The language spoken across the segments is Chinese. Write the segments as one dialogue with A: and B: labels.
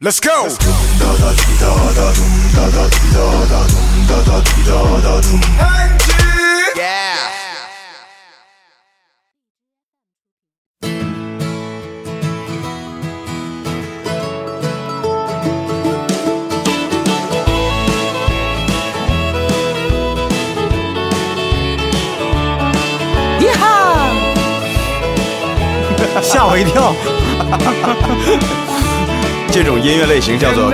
A: Let's go. Yeah.
B: 吓我一跳。这种音乐类型叫做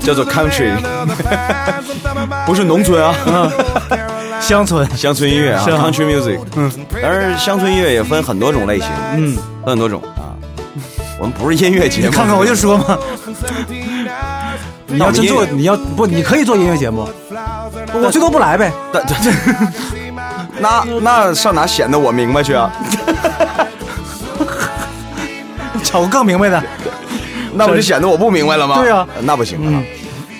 B: 叫做 country，不是农村 啊，
C: 乡村
B: 乡村音乐啊
C: 是啊
B: ，country music。嗯，但是乡村音乐也分很多种类型，嗯，分很多种啊。我们不是音乐节目，
C: 看看我 就说 嘛，你要真做，你要不你可以做音乐节目，我最多不来呗。
B: 但但 那那上哪显得我明白去 啊？
C: 找个更明白的，
B: 那不就显得我不明白了吗？
C: 对啊
B: 呃那不行啊。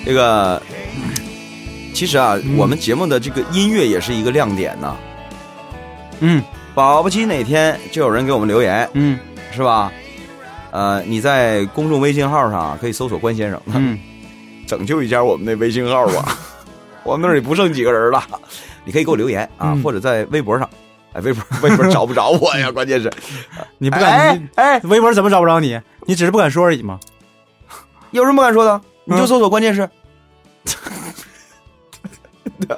B: 这个，其实啊，我们节目的这个音乐也是一个亮点呐、
C: 嗯
B: 保不齐哪天就有人给我们留言，
C: 嗯
B: 是吧？呃，你在公众微信号上啊可以搜索关先生，
C: 嗯，
B: 拯救一下我们那微信号 吧，我们那儿也不剩几个人了。你可以给我留言啊，
C: 嗯
B: 或者在微博上，哎， 微博微博找不着我呀，关键是
C: 你
B: 你
C: 不敢，你
B: 哎，哎
C: 微博怎么找不着你？你只是不敢说而已嘛。
B: 有什么不敢说的？你就
C: 嗯
B: 搜索，关键是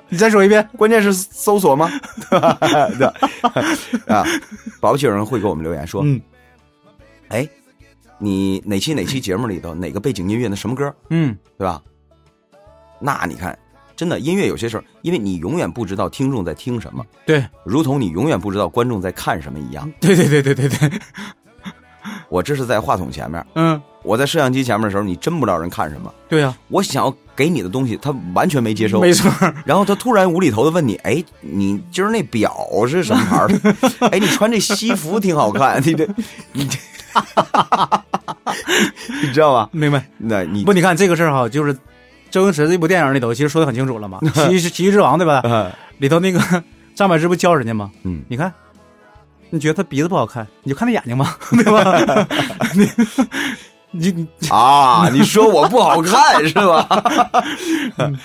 C: 你再说一遍，
B: 关键是搜索 吗？对 啊，保不齐有人会给我们留言说，
C: 嗯
B: 哎，你哪期哪期节目里头哪个背景音乐那什么歌，
C: 嗯，
B: 对吧？那你看，真的音乐有些时候，因为你永远不知道听众在听什么，
C: 对
B: 如同你永远不知道观众在看什么一样。
C: 对对对对对对，
B: 我这是在话筒前面，
C: 嗯，
B: 我在摄像机前面的时候，你真不知道人看什么。
C: 对呀，
B: 我想要给你的东西，他完全没接收，
C: 没错儿，
B: 然后他突然无厘头的问你：“哎，你今儿那表是什么牌儿 的？哎，你穿这西服挺好看， 你这，你这，你知道吗？
C: 明白。
B: 那你
C: 不，你看这个事儿哈，就是周星驰这部电影里头其实说的很清楚了 嘛，《奇遇奇遇之王》对吧？
B: 呃
C: 里头那个 张柏芝不教人家吗？
B: 嗯
C: 你看，你觉得他鼻子不好看，你就看他眼睛 吧，对吧？ 你你
B: 啊，你说我不好看是吧？
C: 嗯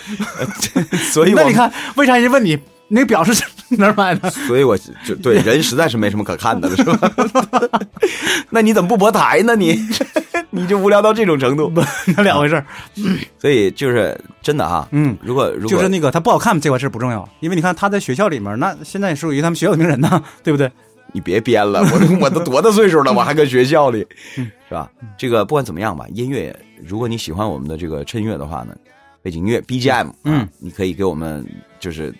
B: 所以我
C: 那你，看，为啥人家问你那个表是 哪儿 买的？
B: 所以我就对人实在是没什么可看的了，是 吧？那你怎么不博台呢？你你就无聊到这种程度，
C: 那两回事儿。
B: 所以就是真的哈，
C: 嗯
B: 如果如果
C: 就是那个他不好看这回事儿不重要，因为你看他在学校里面，那现在也属于他们学校的名人呢， 对不对？
B: 你别编了，我 都我都多大岁数了，我还搁学校里，
C: 嗯
B: 是吧？这个不管怎么样吧，音乐，如果你喜欢我们的这个衬乐的话呢，背景音乐 BGM，啊
C: 嗯，
B: 你可以给我们就是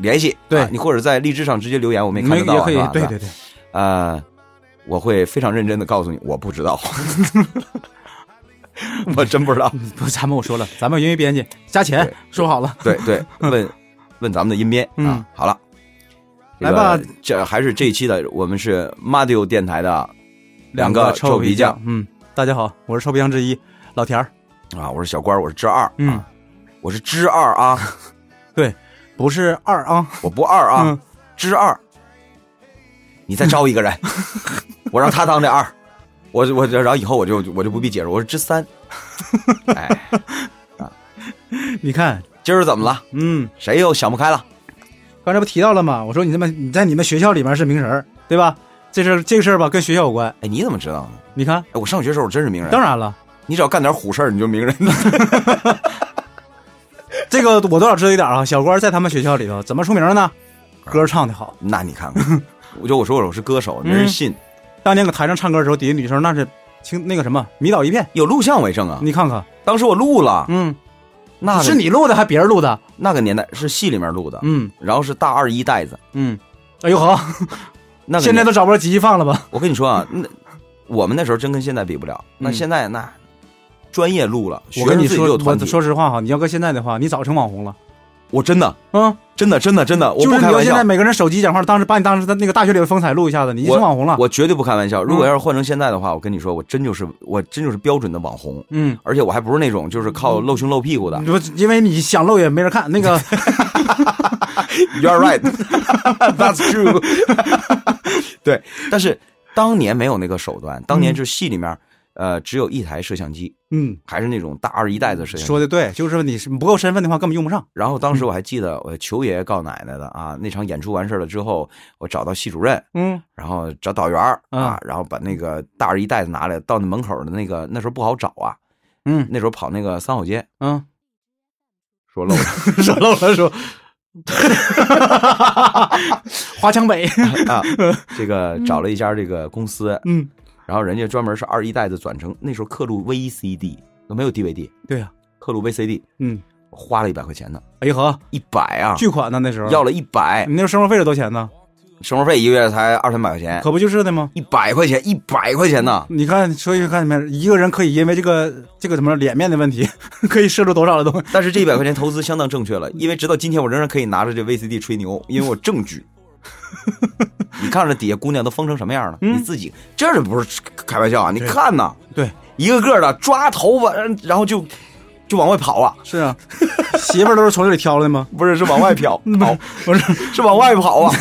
B: 联系，
C: 对
B: 啊你或者在荔枝上直接留言，我们也看
C: 没
B: 得到
C: 也
B: 啊，
C: 可以
B: 是吧，
C: 对
B: 是吧
C: 对对，
B: 呃，我会非常认真的告诉你，我不知 道，我真不知道，
C: 不，咱们我说了，咱们有音乐编辑加钱
B: 对
C: 说好了，
B: 对对，问问咱们的音编啊
C: 嗯，
B: 好了。这
C: 来
B: 个
C: 吧，
B: 这还是这一期的，我们是 Madio 电台的两个臭
C: 臭
B: 皮
C: 皮
B: 匠，
C: 嗯，大家好，我是臭皮匠之一老田儿，
B: 啊，我是小官儿，我是之二，
C: 嗯
B: 啊，我是之二啊，
C: 对，不是二啊，
B: 我不二啊
C: 嗯，
B: 之二，你再招一个人，我让他当这二，我我然后以后我就我就不必解释，我是之 三，哎，
C: 你看，
B: 今儿怎么了？
C: 嗯，
B: 谁又想不开了？
C: 刚才不提到了吗？我说你他妈你在你们学校里面是名人儿，对吧？这事儿这个事儿吧跟学校有关，
B: 哎，你怎么知道呢？
C: 你看，
B: 哎，我上学的时候我真是名人，
C: 当然了，
B: 你只要干点虎事儿，你就名人 了。
C: 这个我多少知道一点儿啊。小官在他们学校里头怎么出名儿
B: 啊
C: 呢？歌唱的好，
B: 那你看 看，我就我说我是歌手，没人
C: 嗯
B: 信，
C: 当年搁台上唱歌的时候，底下女生那是听那个什么迷倒一片，
B: 有录像为证啊。
C: 你看看，
B: 当时我录了，
C: 嗯，
B: 那个
C: 是你录的还别人录的？
B: 那个年代是戏里面录的，
C: 嗯
B: 然后是大二一袋子，
C: 嗯，哎呦呵，
B: 那个
C: 现在都找不着集放了吧？
B: 我跟你说啊，那我们那时候真跟现在比不了。那
C: 嗯
B: 现在那专业录了，
C: 我跟
B: 学生自
C: 你
B: 己
C: 说，
B: 就有团体
C: 我说实话哈，你要搁现在的话，你早成网红了
B: 我真的
C: 啊！
B: 真的真的真的，我
C: 就
B: 不
C: 是
B: 开
C: 你要
B: 玩
C: 现
B: 笑
C: 在，每个人手机讲话，当时把你当时在那个大学里的风采录一下子，你就成网红了。嗯
B: 我绝对不开玩笑。如果要是换成现在的话，我跟你说，我真就是我真就是标准的网红，
C: 嗯，
B: 而且我还不是那种就是靠露胸露屁股的。
C: 不，因为你想露也没人看。那 个
B: You're right, that's true 。对，但是当年没有那个手段，当年就是戏里面呃，只有一台摄像机，
C: 嗯，
B: 还是那种大二一代的摄像机。
C: 说的嗯对，就是说你是不够身份的话，根本用不上。
B: 然后当时我还记得，我求爷爷告奶奶的啊，那场演出完事了之后，我找到系主任，
C: 嗯，
B: 然后找导员儿
C: 嗯
B: 啊，然后把那个大二一袋子拿来，到那门口的那个那时候不好找啊，
C: 嗯
B: 那时候跑那个三好街，
C: 嗯，
B: 说漏了
C: 说漏了 说，华强北，
B: 啊，这个找了一家这个公司，
C: 嗯，
B: 然后人家专门是二一袋子转成那时候刻录 VCD 都没有 DVD，
C: 对呀，
B: 刻录 VCD
C: 嗯，
B: 花了一百块钱呢，
C: 哎呦呵，
B: 一百啊，
C: 巨款呢那时候
B: 要了一百，
C: 你那时候生活费是多少钱呢？
B: 生活费一个月才二三百块钱，
C: 可不就是的吗？
B: 一百块钱，一百块钱呢，
C: 你看，所以看见没，一个人可以因为这个这个什么脸面的问题， 可以摄入多少的东西？
B: 但是这一百块钱投资相当正确了，因为直到今天我仍然可以拿着这 VCD 吹牛，因为我证据。你看着底下姑娘都疯成什么样了？你自己这是不是开玩笑啊？你看呐，
C: 嗯对，
B: 一个个的抓头发，然然后就就往外跑啊，
C: 是啊，媳妇儿都是从这里挑的 吗？
B: 不是是往外跑，跑
C: 不是，
B: 是往外跑 啊，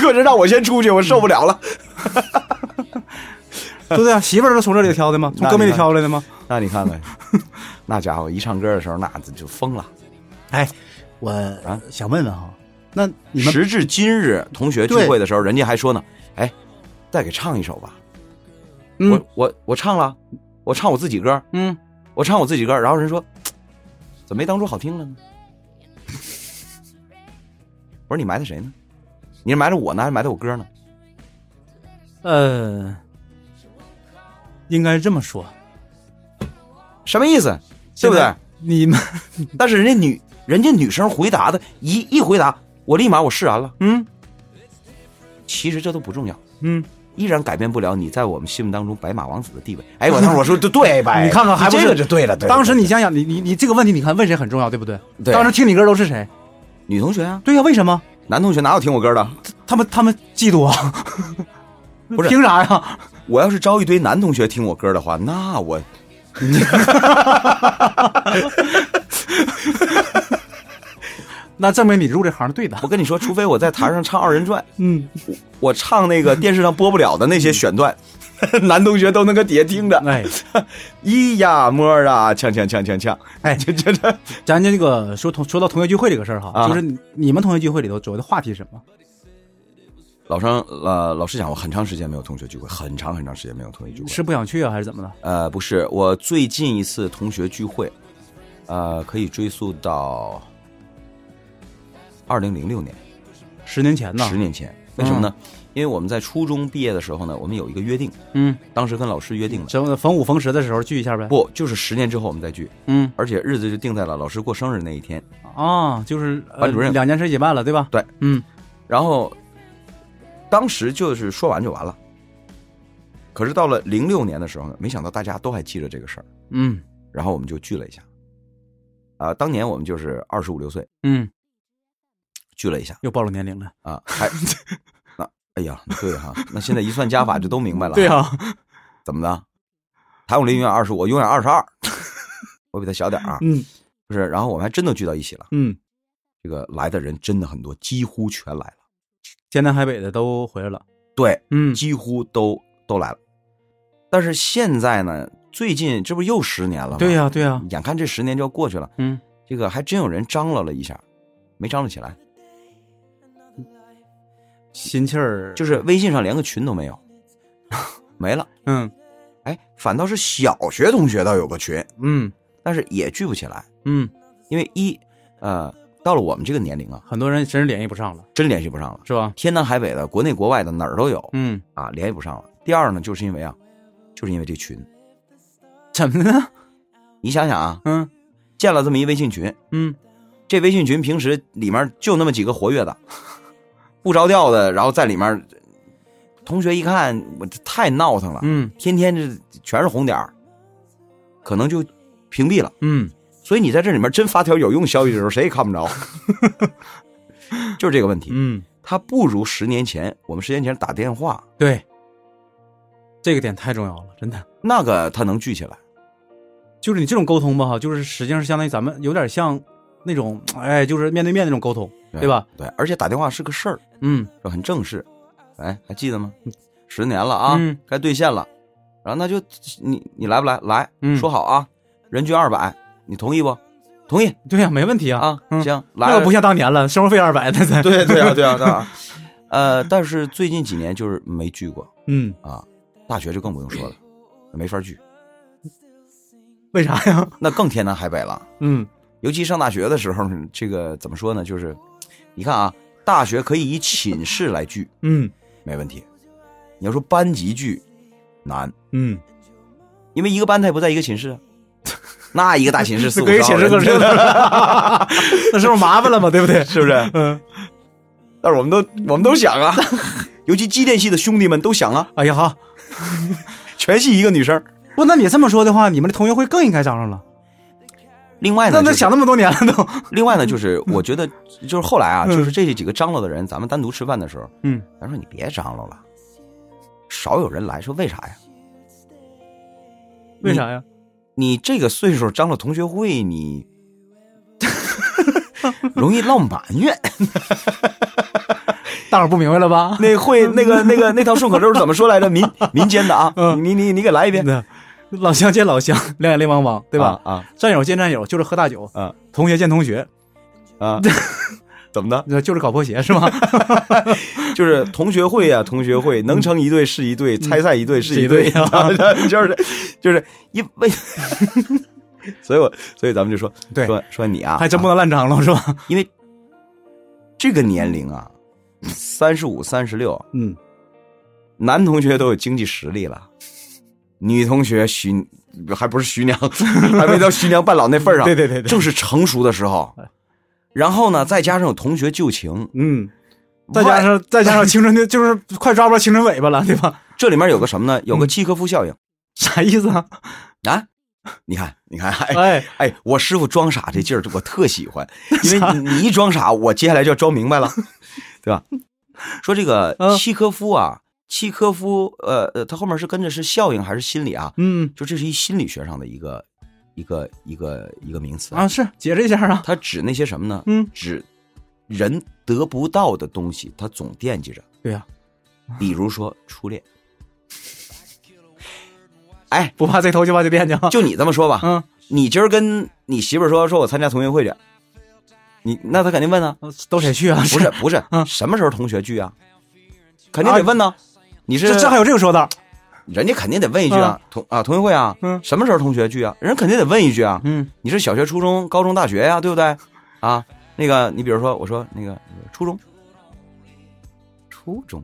B: 个人让我先出去，我受不了了。
C: 对不对啊？媳妇儿都是从这里挑的吗？从
B: 那
C: 哥们
B: 你
C: 里
B: 看
C: 挑来的吗？
B: 那你看看，那家伙一唱歌的时候，那就疯了。
C: 哎，我
B: 啊
C: 想问问哈，那你们
B: 时至今日，同学聚会的时候，人家还说呢，哎，再给唱一首吧。
C: 嗯
B: 我我我唱了，我唱我自己歌，
C: 嗯，
B: 我唱我自己歌，然后人说，怎么没当初好听了呢？ 我说你埋汰谁呢？你是埋汰我呢，还是埋汰我歌呢？
C: 呃，应该这么说，
B: 什么意思？对不对？？
C: 你们
B: 但是人家女人家女生回答的一一回答，我立马我释然了。
C: 嗯
B: 其实这都不重要，
C: 嗯，
B: 依然改变不了你在我们心目当中白马王子的地位。哎，我当时我说对 对吧？
C: 你看看还不是
B: 这个就对了。对了
C: 当时你想想，你你你这个问题，你看问谁很重要，对不对？
B: 对
C: 当时听你歌都是谁？
B: 女同学啊，
C: 对呀、为什么？
B: 男同学哪有听我歌的？
C: 他们他们嫉妒啊？
B: 不是
C: 凭啥呀？
B: 我要是招一堆男同学听我歌的话，那我
C: 那证明你入这行是对的
B: 我。跟你说，除非我在台上唱二人转，
C: 嗯，
B: 我唱那个电视上播不了的那些选段， 男同学都能搁底下听着。
C: 哎，
B: 咿呀么儿啊，锵锵锵锵锵，
C: 哎
B: 这这这
C: 咱就那个说同说到同学聚会这个事儿哈，
B: 啊
C: 就是你你们同学聚会里头主要的话题是什么？
B: 老生呃，老实讲，我很长时间没有同学聚会，很长很长时间没有同学聚会。
C: 是不想去啊，还是怎么的？
B: 呃，不是，我最近一次同学聚会，呃，可以追溯到二零零六年，
C: 十年前呢？
B: 十年前。为什么呢？因为我们在初中毕业的时候呢，我们有一个约定，
C: 嗯，
B: 当时跟老师约定的，
C: 什么逢五逢十的时候聚一下呗。
B: 不就是十年之后我们再聚，
C: 嗯
B: 而且日子就定在了老师过生日那一天。
C: 啊，就是呃
B: 班主任
C: 两件事一起办了，对吧？
B: 对，
C: 嗯，
B: 然后当时就是说完就完了。可是到了零六年的时候呢，没想到大家都还记着这个事儿，
C: 嗯
B: 然后我们就聚了一下。啊、当年我们就是二十五六岁
C: 嗯，
B: 聚了一下
C: 又暴露年龄了。
B: 啊，还那哎呀，对哈、那现在一算加法就都明白了。
C: 对
B: 啊，
C: 啊，
B: 怎么的？谭咏麟永远二十五，我永远二十二， 我比他小点儿啊，
C: 嗯
B: 不是？然后我们还真都聚到一起了，
C: 嗯，
B: 这个来的人真的很多，几乎全来了，
C: 天南海北的都回来了。
B: 对，
C: 嗯
B: 几乎都都来了。但是现在呢，最近这不又十年了吗？
C: 对、呀对呀，
B: 眼看这十年就要过去了，
C: 嗯，
B: 这个还真有人张罗了一下，没张罗起来，
C: 心气儿
B: 就是微信上连个群都没有， 没了。
C: 嗯
B: 哎，反倒是小学同学倒有个群，
C: 嗯
B: 但是也聚不起来，
C: 嗯，
B: 因为一呃，到了我们这个年龄啊，
C: 很多人真是联系不上了，
B: 真联系不上了，
C: 是吧？
B: 天南海北的，国内国外的哪儿都有
C: 嗯，
B: 啊，联系不上了。第二呢，就是因为啊，就是因为这群，
C: 怎么的呢？
B: 你想想啊，
C: 嗯
B: 建了这么一微信群，
C: 嗯，
B: 这微信群平时里面就那么几个活跃的，不着调的，然后在里面，同学一看我这太闹腾了，
C: 嗯
B: 天天这全是红点儿，可能就屏蔽了。
C: 嗯
B: 所以你在这里面真发条有用消息的时候，谁也看不着， 就是这个问题。
C: 嗯，
B: 它不如十年前，我们十年前打电话，
C: 对，这个点太重要了，真的。
B: 那个它能聚起来。
C: 就是你这种沟通吧，哈，就是实际上是相当于咱们有点像那种，哎，就是面对面那种沟通，对吧？？
B: 对，而且打电话是个事儿，
C: 嗯
B: 是很正式。哎，还记得吗？十年了啊，
C: 嗯
B: 该兑现了。然后那就你你来不来？来，
C: 嗯
B: 说好啊，人均二百，你同意不？同意
C: 对呀、没问题啊。
B: 啊，
C: 嗯
B: 行，来
C: 那
B: 了
C: 可不像当年了，生活费二百，那 才
B: 对对啊对啊对 啊，呃，但是最近几年就是没聚过
C: 嗯，
B: 啊，大学就更不用说了，没法聚，
C: 为啥呀？
B: 那更天南海北了。
C: 嗯
B: 尤其上大学的时候，这个怎么说呢？就是你看啊，大学可以以寝室来聚，
C: 嗯
B: 没问题。你要说班级聚难，
C: 嗯，
B: 因为一个班他也不在一个寝室啊，那一个大寝室四
C: 这
B: 五
C: 搁
B: 十
C: 一 寝室
B: 号
C: 搁
B: 人
C: 这，那是不是麻烦了嘛？对不对？
B: 是不是？
C: 嗯，
B: 但是我们都我们都想啊，尤其机电系的兄弟们都想啊，
C: 哎呀好，
B: 全系一个女生。
C: 不，那你这么说的话，你们的同学会更应该张罗了。
B: 另外呢，
C: 那那
B: 就是
C: 想那么多年了都，
B: 另外呢，就是我觉得，就是后来啊，
C: 嗯
B: 就是这几个张罗的人，咱们单独吃饭的时候，
C: 嗯，
B: 咱说你别张罗了，少有人来，说为啥呀？
C: 为啥呀？
B: 你这个岁数张罗同学会，你 容易落埋怨。
C: 大伙儿不明白了吧？
B: 那会那个那个那套顺口溜怎么说来着？民民间的啊，
C: 嗯
B: 你你你给来一遍，
C: 那老乡见老乡，两眼泪汪汪，对吧？
B: 啊？啊
C: 战友见战友就是喝大酒，
B: 啊
C: 同学见同学
B: 啊！怎么的？
C: 那就是搞破鞋是 吗？
B: 就是同学会啊，同学
C: 嗯
B: 会能成一对是一对，拆散一对是一对，
C: 是一
B: 就是就是因为， 所以我所以咱们就说
C: 对，
B: 说说你啊，
C: 还真不
B: 啊
C: 能烂张罗是吧？
B: 因为这个年龄啊，三十五、三十六，
C: 嗯，
B: 男同学都有经济实力了，女同学徐还不是徐娘， 还没到徐娘半老那份儿上。
C: 对 对对对
B: 正是成熟的时候。然后呢，再加上有同学旧情，
C: 嗯，再加上再加
B: 哎
C: 上青春的，就是快抓不着青春尾巴了，对吧？
B: 这里面有个什么呢？
C: 嗯
B: 有个契诃夫效应、
C: 啥意思啊？
B: 啊！ 你看，你看，哎
C: 哎，
B: 哎，我师傅装傻这劲儿，我特喜 欢，因为你你一装傻，我接下来就要装明白了，对吧？说这个
C: 嗯
B: 契诃夫啊，契诃夫，呃呃，他后面是跟着是效应还是心理啊？
C: 嗯
B: 就这是一心理学上的一个一个一个一个名词
C: 啊，是解释一下啊，
B: 它指那些什么呢？
C: 嗯，
B: 指人得不到的东西，他总惦记着，
C: 对呀，
B: 比如说初恋。哎，
C: 不怕这头就怕这店去啊，
B: 就你这么说吧，
C: 嗯，
B: 你今儿跟你媳妇儿说，说我参加同学会去，你那她肯定问啊，
C: 都谁去啊？
B: 不是不是，
C: 嗯啊
B: 什么时候同学聚啊？肯定得问呢、你是
C: 这这还有这个说道？
B: 人家肯定得问一句啊，同啊同学会啊，
C: 嗯
B: 什么时候同学聚啊？人肯定得问一句啊，
C: 嗯
B: 你是小学、初中、高中、大学呀、对不对？啊，那个，你比如说，我说那个初中，初中，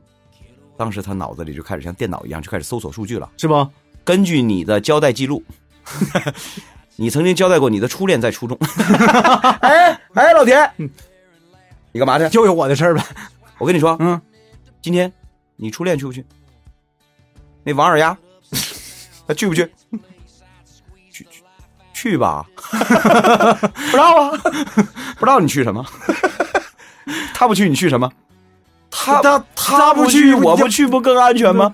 B: 当时他脑子里就开始像电脑一样，就开始搜索数据了。
C: 是不？
B: 根据你的交代记录， 你曾经交代过你的初恋在初中。 哎哎，老田，你干嘛去？
C: 嗯又有我的事儿呗。
B: 我跟你说，
C: 嗯，
B: 今天你初恋去不去？那王二丫， 他去不去？去去去吧，不知道啊， 不知道你去什么？他不去，你去什么？他
C: 他
B: 他不去，我不去，不更安全吗？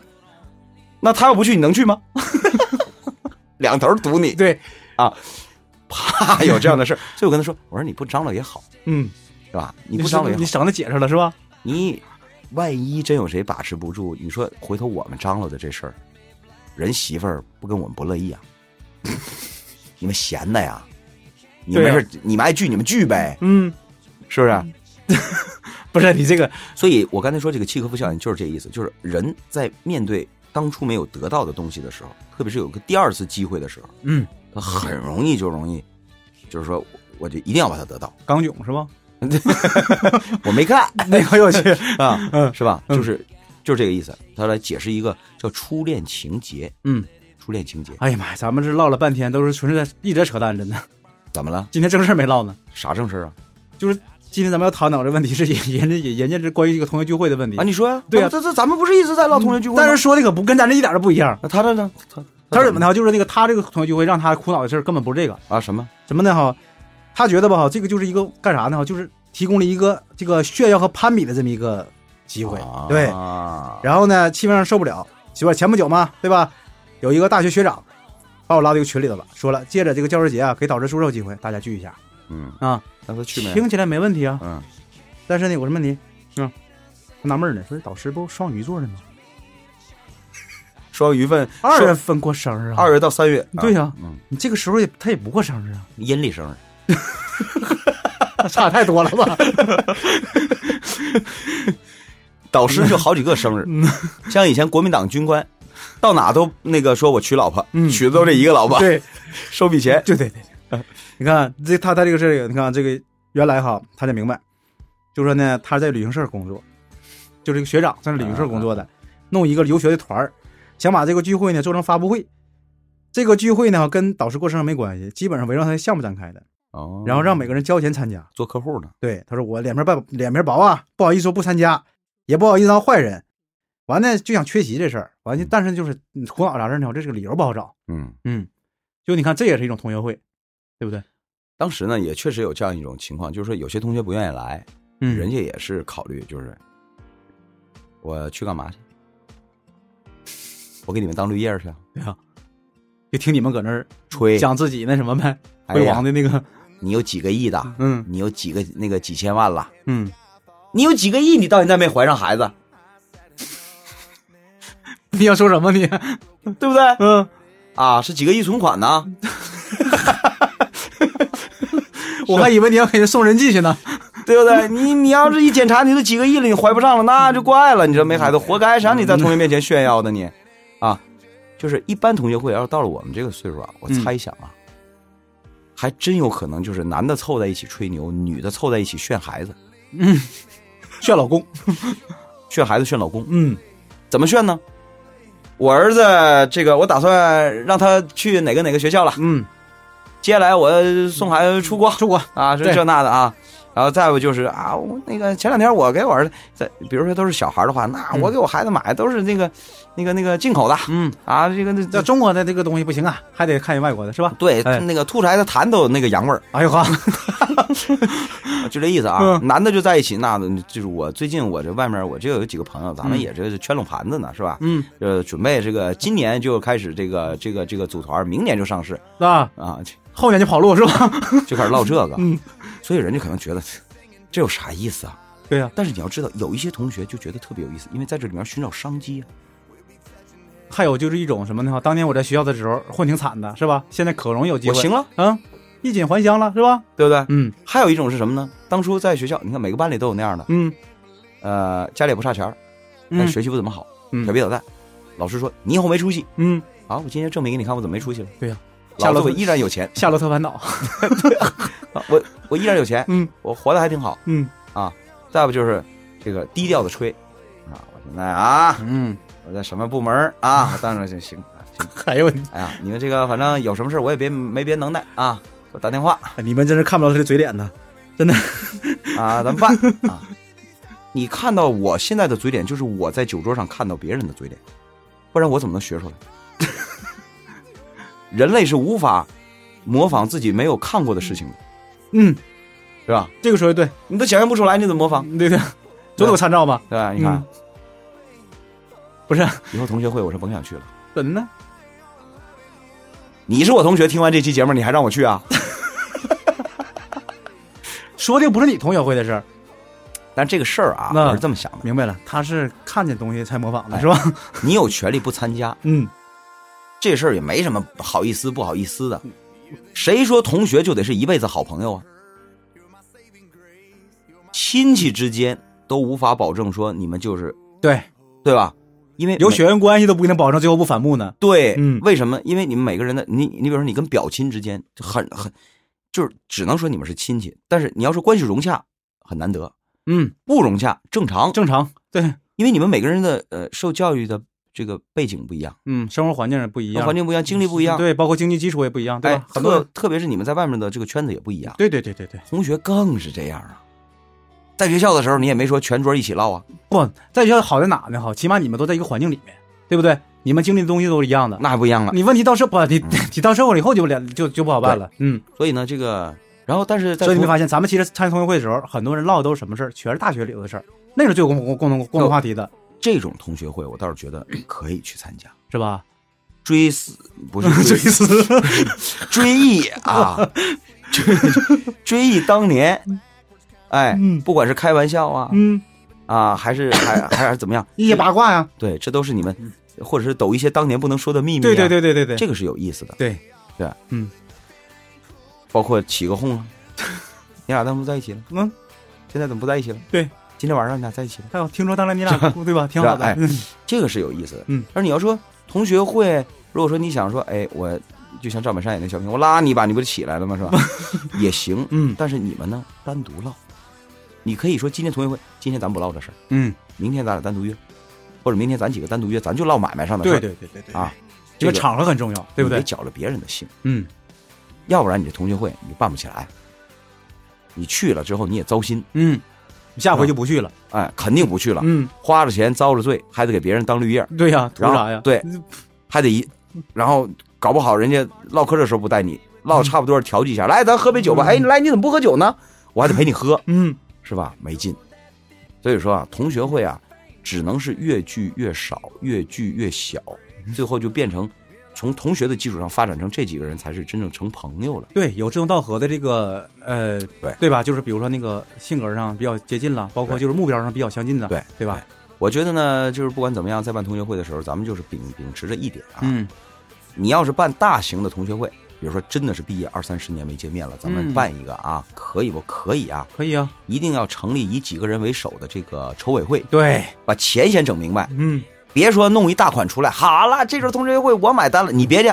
B: 那他要不去，你能去吗？ 两头堵你，
C: 对，
B: 怕 有这样的事儿所以我跟他说，我说你不张罗也好，
C: 嗯，
B: 是吧？你
C: 你
B: 不啊张罗也好
C: 你，省得解释了是吧？
B: 你万一真有谁把持不住，你说回头我们张罗的这事儿，人媳妇儿不跟我们不乐意啊？ 你们闲的呀？你们
C: 对啊
B: 没事，你们爱聚你们聚呗，
C: 嗯，
B: 是不啊是？
C: 不是你这个，
B: 所以我刚才说这个契诃夫效应就是这意思，就是人在面对当初没有得到的东西的时候，特别是有个第二次机会的时候，
C: 嗯，
B: 他很容易就容易，就是说，我就一定要把它得到。
C: 港囧 是吧？
B: 哎我没看
C: 那个有趣，
B: 啊，
C: 嗯
B: 是吧？
C: 嗯
B: 就是就是这个意思。他来解释一个叫初恋情节，
C: 嗯，
B: 初恋情节
C: 哎呀妈呀，咱们这唠了半天都是纯是在一直在扯淡，真的。
B: 怎么了？
C: 今天正事儿没唠呢，
B: 啥正事儿啊？
C: 就是今天咱们要探讨这问题是人家人家这关于一个同学聚会的问题
B: 啊，，你说呀？
C: 对呀嗯
B: 这这咱们不是一直在唠同学聚会吗？嗯
C: 但是说的可不跟咱这一点都不一样。
B: 那他这呢？他
C: 他是怎么的哈？就是那个他这个同学聚会让他苦恼的事儿根本不是这个，
B: 啊？什么？
C: 什么呢哈？他觉得吧哈，这个就是一个干啥呢哈？就是提供了一个这个炫耀和攀比的这么一个机会，
B: 啊
C: 对。然后呢，气氛上受不了，媳妇儿前不久嘛，对吧？有一个大学学长把我拉到一个群里头了，说了，借着这个教师节啊，给导师出售机会，大家聚一下
B: 嗯，
C: 啊。
B: 那他去没？
C: 听起来没问题啊，
B: 嗯，
C: 但是呢，有什么问题？嗯，我纳闷儿呢，说这导师不是双鱼座的吗？
B: 双鱼份
C: 二
B: 双
C: 月份过生日啊，
B: 二月到三月，
C: 对呀、
B: 嗯
C: 你这个时候也他也不过生日 啊，
B: 阴历生日。
C: 差太多了吧？
B: 导师就好几个生日，
C: 嗯
B: 像以前国民党军官，到哪都那个说我娶老婆，
C: 嗯
B: 娶的都这一个老婆，
C: 对，
B: 收笔钱。
C: 对对对，你看这他他这个事儿，你看这个原来哈，他得明白，就说呢，他在旅行社工作，就这个学长在旅行社工作的，弄一个留学的团儿，想把这个聚会呢做成发布会。这个聚会呢跟导师过生日没关系，基本上围绕他的项目展开的，
B: 哦
C: 然后让每个人交钱参加。
B: 做客户呢，
C: 对，他说我脸皮薄，脸皮薄啊，不好意思说不参加，也不好意思当坏人。完呢就想缺席这事儿，完呢但是就是嗯苦恼啥事儿呢？我这是个理由不好找。
B: 嗯，
C: 嗯，就你看这也是一种同学会，对不对？
B: 当时呢也确实有这样一种情况，就是说有些同学不愿意来，
C: 嗯
B: 人家也是考虑，就是我去干嘛去？我给你们当绿叶儿去啊，
C: 就听你们搁那儿
B: 吹
C: 讲自己那什么呗，
B: 哎
C: 辉
B: 呀
C: 煌的那个，
B: 你有几个亿的，
C: 嗯
B: 你有几个那个几千万了，
C: 嗯，
B: 你有几个亿，你到现在没怀上孩子，
C: 你要说什 么你？
B: 对不对？
C: 嗯，
B: 啊，是几个亿存款呢？
C: 我还以为你要给人送人进去呢。
B: 对不对？你你要是一检查，你都几个亿了，你怀不上了，那就怪了。你这没孩子，活该！谁让你在同学面前炫耀的你？啊，就是一般同学会，要是到了我们这个岁数啊，我猜想啊，还真有可能就是男的凑在一起吹牛，女的凑在一起炫孩子，
C: 炫老公，
B: 炫孩子炫老公，
C: 嗯
B: 怎么炫呢？我儿子这个，我打算让他去哪个哪个学校了。
C: 嗯，
B: 接下来我送孩子出国，
C: 出国，
B: 啊，这
C: 对
B: 这那的啊。然后再不就是啊，我那个前两天我给我儿子在，比如说都是小孩的话，那
C: 嗯
B: 我给我孩子买的都是那个、那个、那个进口的
C: 嗯，
B: 啊，这个那
C: 这
B: 这
C: 中国的这个东西不行啊，还得看人外国的是吧？
B: 对、
C: 哎
B: 那个吐出来的痰都有那个洋味儿，
C: 哎呦呵，
B: 就这意思啊。
C: 嗯
B: 男的就在一起，那就是我最近我这外面我这有几个朋友，咱们
C: 嗯
B: 也这是圈拢盘子呢，是吧？
C: 嗯，
B: 呃，准备这个今年就开始这个这个这个组团，明年就上市
C: 啊，
B: 啊，就
C: 后面就跑路是吧？
B: 就开始唠这个，
C: 嗯，
B: 所以人家可能觉得这有啥意思啊？
C: 对呀，
B: 但是你要知道，有一些同学就觉得特别有意思，因为在这里面寻找商机啊。
C: 还有就是一种什么呢？当年我在学校的时候混挺惨的，是吧？现在可容易有机
B: 我
C: 会，
B: 行了，
C: 啊，衣锦还乡了，是吧？
B: 对不对？
C: 嗯
B: 还有一种是什么呢？当初在学校，你看每个班里都有那样的，
C: 嗯
B: 呃，家里也不差钱儿，但
C: 嗯
B: 学习不怎么好，
C: 嗯
B: 调皮捣蛋。老师说你以后没出息
C: 嗯，
B: 啊！我今天证明给你看，我怎么没出息了？
C: 对呀夏
B: 老
C: 洛
B: 子我
C: 特
B: 依然有钱，
C: 夏洛特烦恼，
B: 啊我我依然有钱，
C: 嗯
B: 我活得还挺好。
C: 嗯
B: 再不就是这个低调的吹啊！我现在啊，
C: 嗯，
B: 我在什么部门儿啊？当然就行。
C: 哎呦，
B: 哎呀，你们这个反正有什么事儿我也别没别能耐啊，给我打电话。
C: 你们真是看不到他的嘴脸呐，
B: 啊，咱们办啊！你看到我现在的嘴脸，就是我在酒桌上看到别人的嘴脸，不然我怎么能学出来？ 人类是无法模仿自己没有看过的事情的，
C: 嗯，
B: 是吧？
C: 这个说的对。
B: 你都想象不出来，你怎么模仿？
C: 对对，总得有参照吧？
B: 对吧？你看，
C: 嗯不是，
B: 以后同学会我是甭想去了。
C: 怎呢？
B: 你是我同学，听完这期节目你还让我去啊？
C: 说的不是你同学会的事儿，
B: 但这个事儿啊，
C: 那
B: 我是这么想的：
C: 明白了，他是看见东西才模仿的，是吧？
B: 你有权利不参加，
C: 嗯，
B: 这事儿也没什么好意思不好意思的。谁说同学就得是一辈子好朋友啊？亲戚之间都无法保证说你们就是
C: 对，
B: 对吧？因为
C: 有
B: 每
C: 血缘关系都不一定保证最后不反目呢。
B: 对，
C: 嗯
B: 为什么？因为你们每个人的你，你比如说你跟表亲之间就很很，就是只能说你们是亲戚，但是你要说关系融洽很难得，
C: 嗯，
B: 不融洽正常，
C: 正常。对，
B: 因为你们每个人的呃受教育的这个背景不一样，
C: 嗯，生活环境也不一样，
B: 环境不一样，经历不一样，
C: 对，包括经济基础也不一样，对
B: 哎
C: 吧？，很多
B: 特
C: 人，
B: 特别是你们在外面的这个圈子也不一样。
C: 对对对对对。
B: 同学更是这样啊。在学校的时候，你也没说全桌一起唠啊，
C: 不，在学校好在哪呢？哈，起码你们都在一个环境里面，对不对？你们经历的东西都是一样的。
B: 那还不一样了。啊
C: 你问题到社不，你
B: 嗯
C: 你到社会了以后就两就就不好办了。嗯，
B: 所以呢，这个，然后但是在
C: 所以
B: 同
C: 你没发现，咱们其实参加同学会的时候，很多人唠的都是什么事儿？全是大学里头的事儿，那是最有共共共同共同话题的，
B: 这种同学会，我倒是觉得可以去参加。
C: 是吧？
B: 追思不 是追思，追忆啊， 追追忆当年，哎，
C: 嗯
B: 不管是开玩笑啊
C: 嗯，
B: 啊，还是还还还是怎么样，
C: 一些八卦呀、
B: 对，这都是你们或者是抖一些当年不能说的秘密、啊。
C: 对对，对对对对，
B: 这个是有意思的。
C: 对
B: 对，
C: 嗯，
B: 包括起个哄啊， 你俩当初在一起了，
C: 嗯，
B: 现在怎么不在一起了？
C: 对，
B: 今天晚上你俩在一起了，
C: 还有听说当年你俩对吧？挺好的
B: 哎，
C: 嗯
B: 这个是有意思的。
C: 嗯，
B: 但是你要说同学会，如果说你想说，哎，我就像赵本山演那小品，我拉你一把，你不就起来了吗？是 吧？也行，
C: 嗯
B: 但是你们呢，单独唠，你可以说今天同学会，今天咱不唠这事儿，
C: 嗯，
B: 明天咱俩单独约，或者明天咱几个单独约，咱就唠买卖上的事
C: 对
B: 儿。
C: 对对对对
B: 啊，
C: 这个场合很重要，对不
B: 你
C: 对
B: 别？搅了别人的兴，
C: 嗯，
B: 要不然你这同学会你办不起来，你去了之后你也糟心，
C: 嗯，下回就不去了。
B: 哎，肯定不去了，
C: 嗯，
B: 花着钱遭着罪，还得给别人当绿叶，
C: 对呀，图
B: 然后
C: 啥呀？
B: 对，还得一，然后搞不好人家唠嗑的时候不带你，唠差不多调剂一下，来咱喝杯酒吧。
C: 嗯
B: 哎，来你怎么不喝酒呢？我还得陪你喝，
C: 嗯，
B: 是吧？没劲。所以说啊，同学会啊，只能是越聚越少，越聚越小，最后就变成从同学的基础上发展成这几个人才是真正成朋友了。
C: 对，有志同道合的这个呃，
B: 对
C: 对吧？就是比如说那个性格上比较接近了，包括
B: 对
C: 就是目标上比较相近的，
B: 对
C: 对吧？
B: 我觉得呢，就是不管怎么样，在办同学会的时候，咱们就是秉秉持着一点啊，
C: 嗯
B: 你要是办大型的同学会，比如说真的是毕业二三十年没见面了，咱们
C: 嗯
B: 办一个啊，可以不可以啊？
C: 可以啊，
B: 一定要成立以几个人为首的这个筹委会，
C: 对，
B: 把钱先整明白，
C: 嗯，
B: 别说弄一大款出来，好了，这周同学会我买单了，你别去，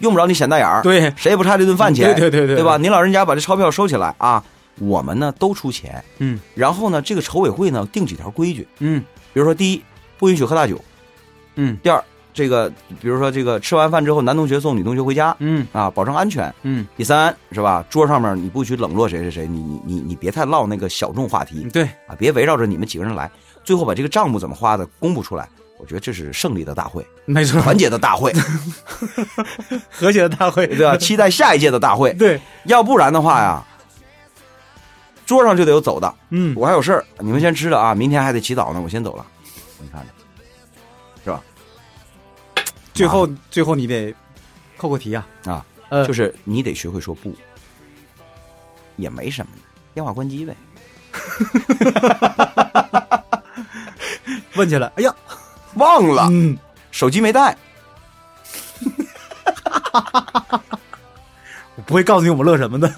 B: 用不着你显大眼儿，
C: 对，
B: 谁也不差这顿饭钱，
C: 对对对对
B: 对吧？您老人家把这钞票收起来啊，我们呢都出钱，
C: 嗯
B: 然后呢，这个筹委会呢定几条规矩，
C: 嗯
B: 比如说第一，不允许喝大酒；
C: 嗯
B: 第二，这个比如说这个吃完饭之后，男同学送女同学回家
C: 嗯
B: 啊，保证安全；
C: 嗯，
B: 第三是吧，桌上面你不许冷落谁谁谁，你你你你别太唠那个小众话题，
C: 对，
B: 啊，别围绕着你们几个人来，最后把这个账目怎么花的公布出来。我觉得这是胜利的大会，
C: 没错，
B: 团结的大会，
C: 和谐的大会，
B: 对吧？期待下一届的大会，
C: 对，
B: 要不然的话呀，桌上就得有走的。
C: 嗯，
B: 我还有事儿，你们先吃着啊，明天还得祈祷呢，我先走了。你看，
C: 最后最后你得扣扣题啊，
B: 啊，
C: 呃，
B: 就是是你得学会说不，也没什么的，电话关机呗。
C: 问起来，哎呀，
B: 忘了，
C: 嗯，
B: 手机没带，
C: 我不会告诉你我们乐什么的，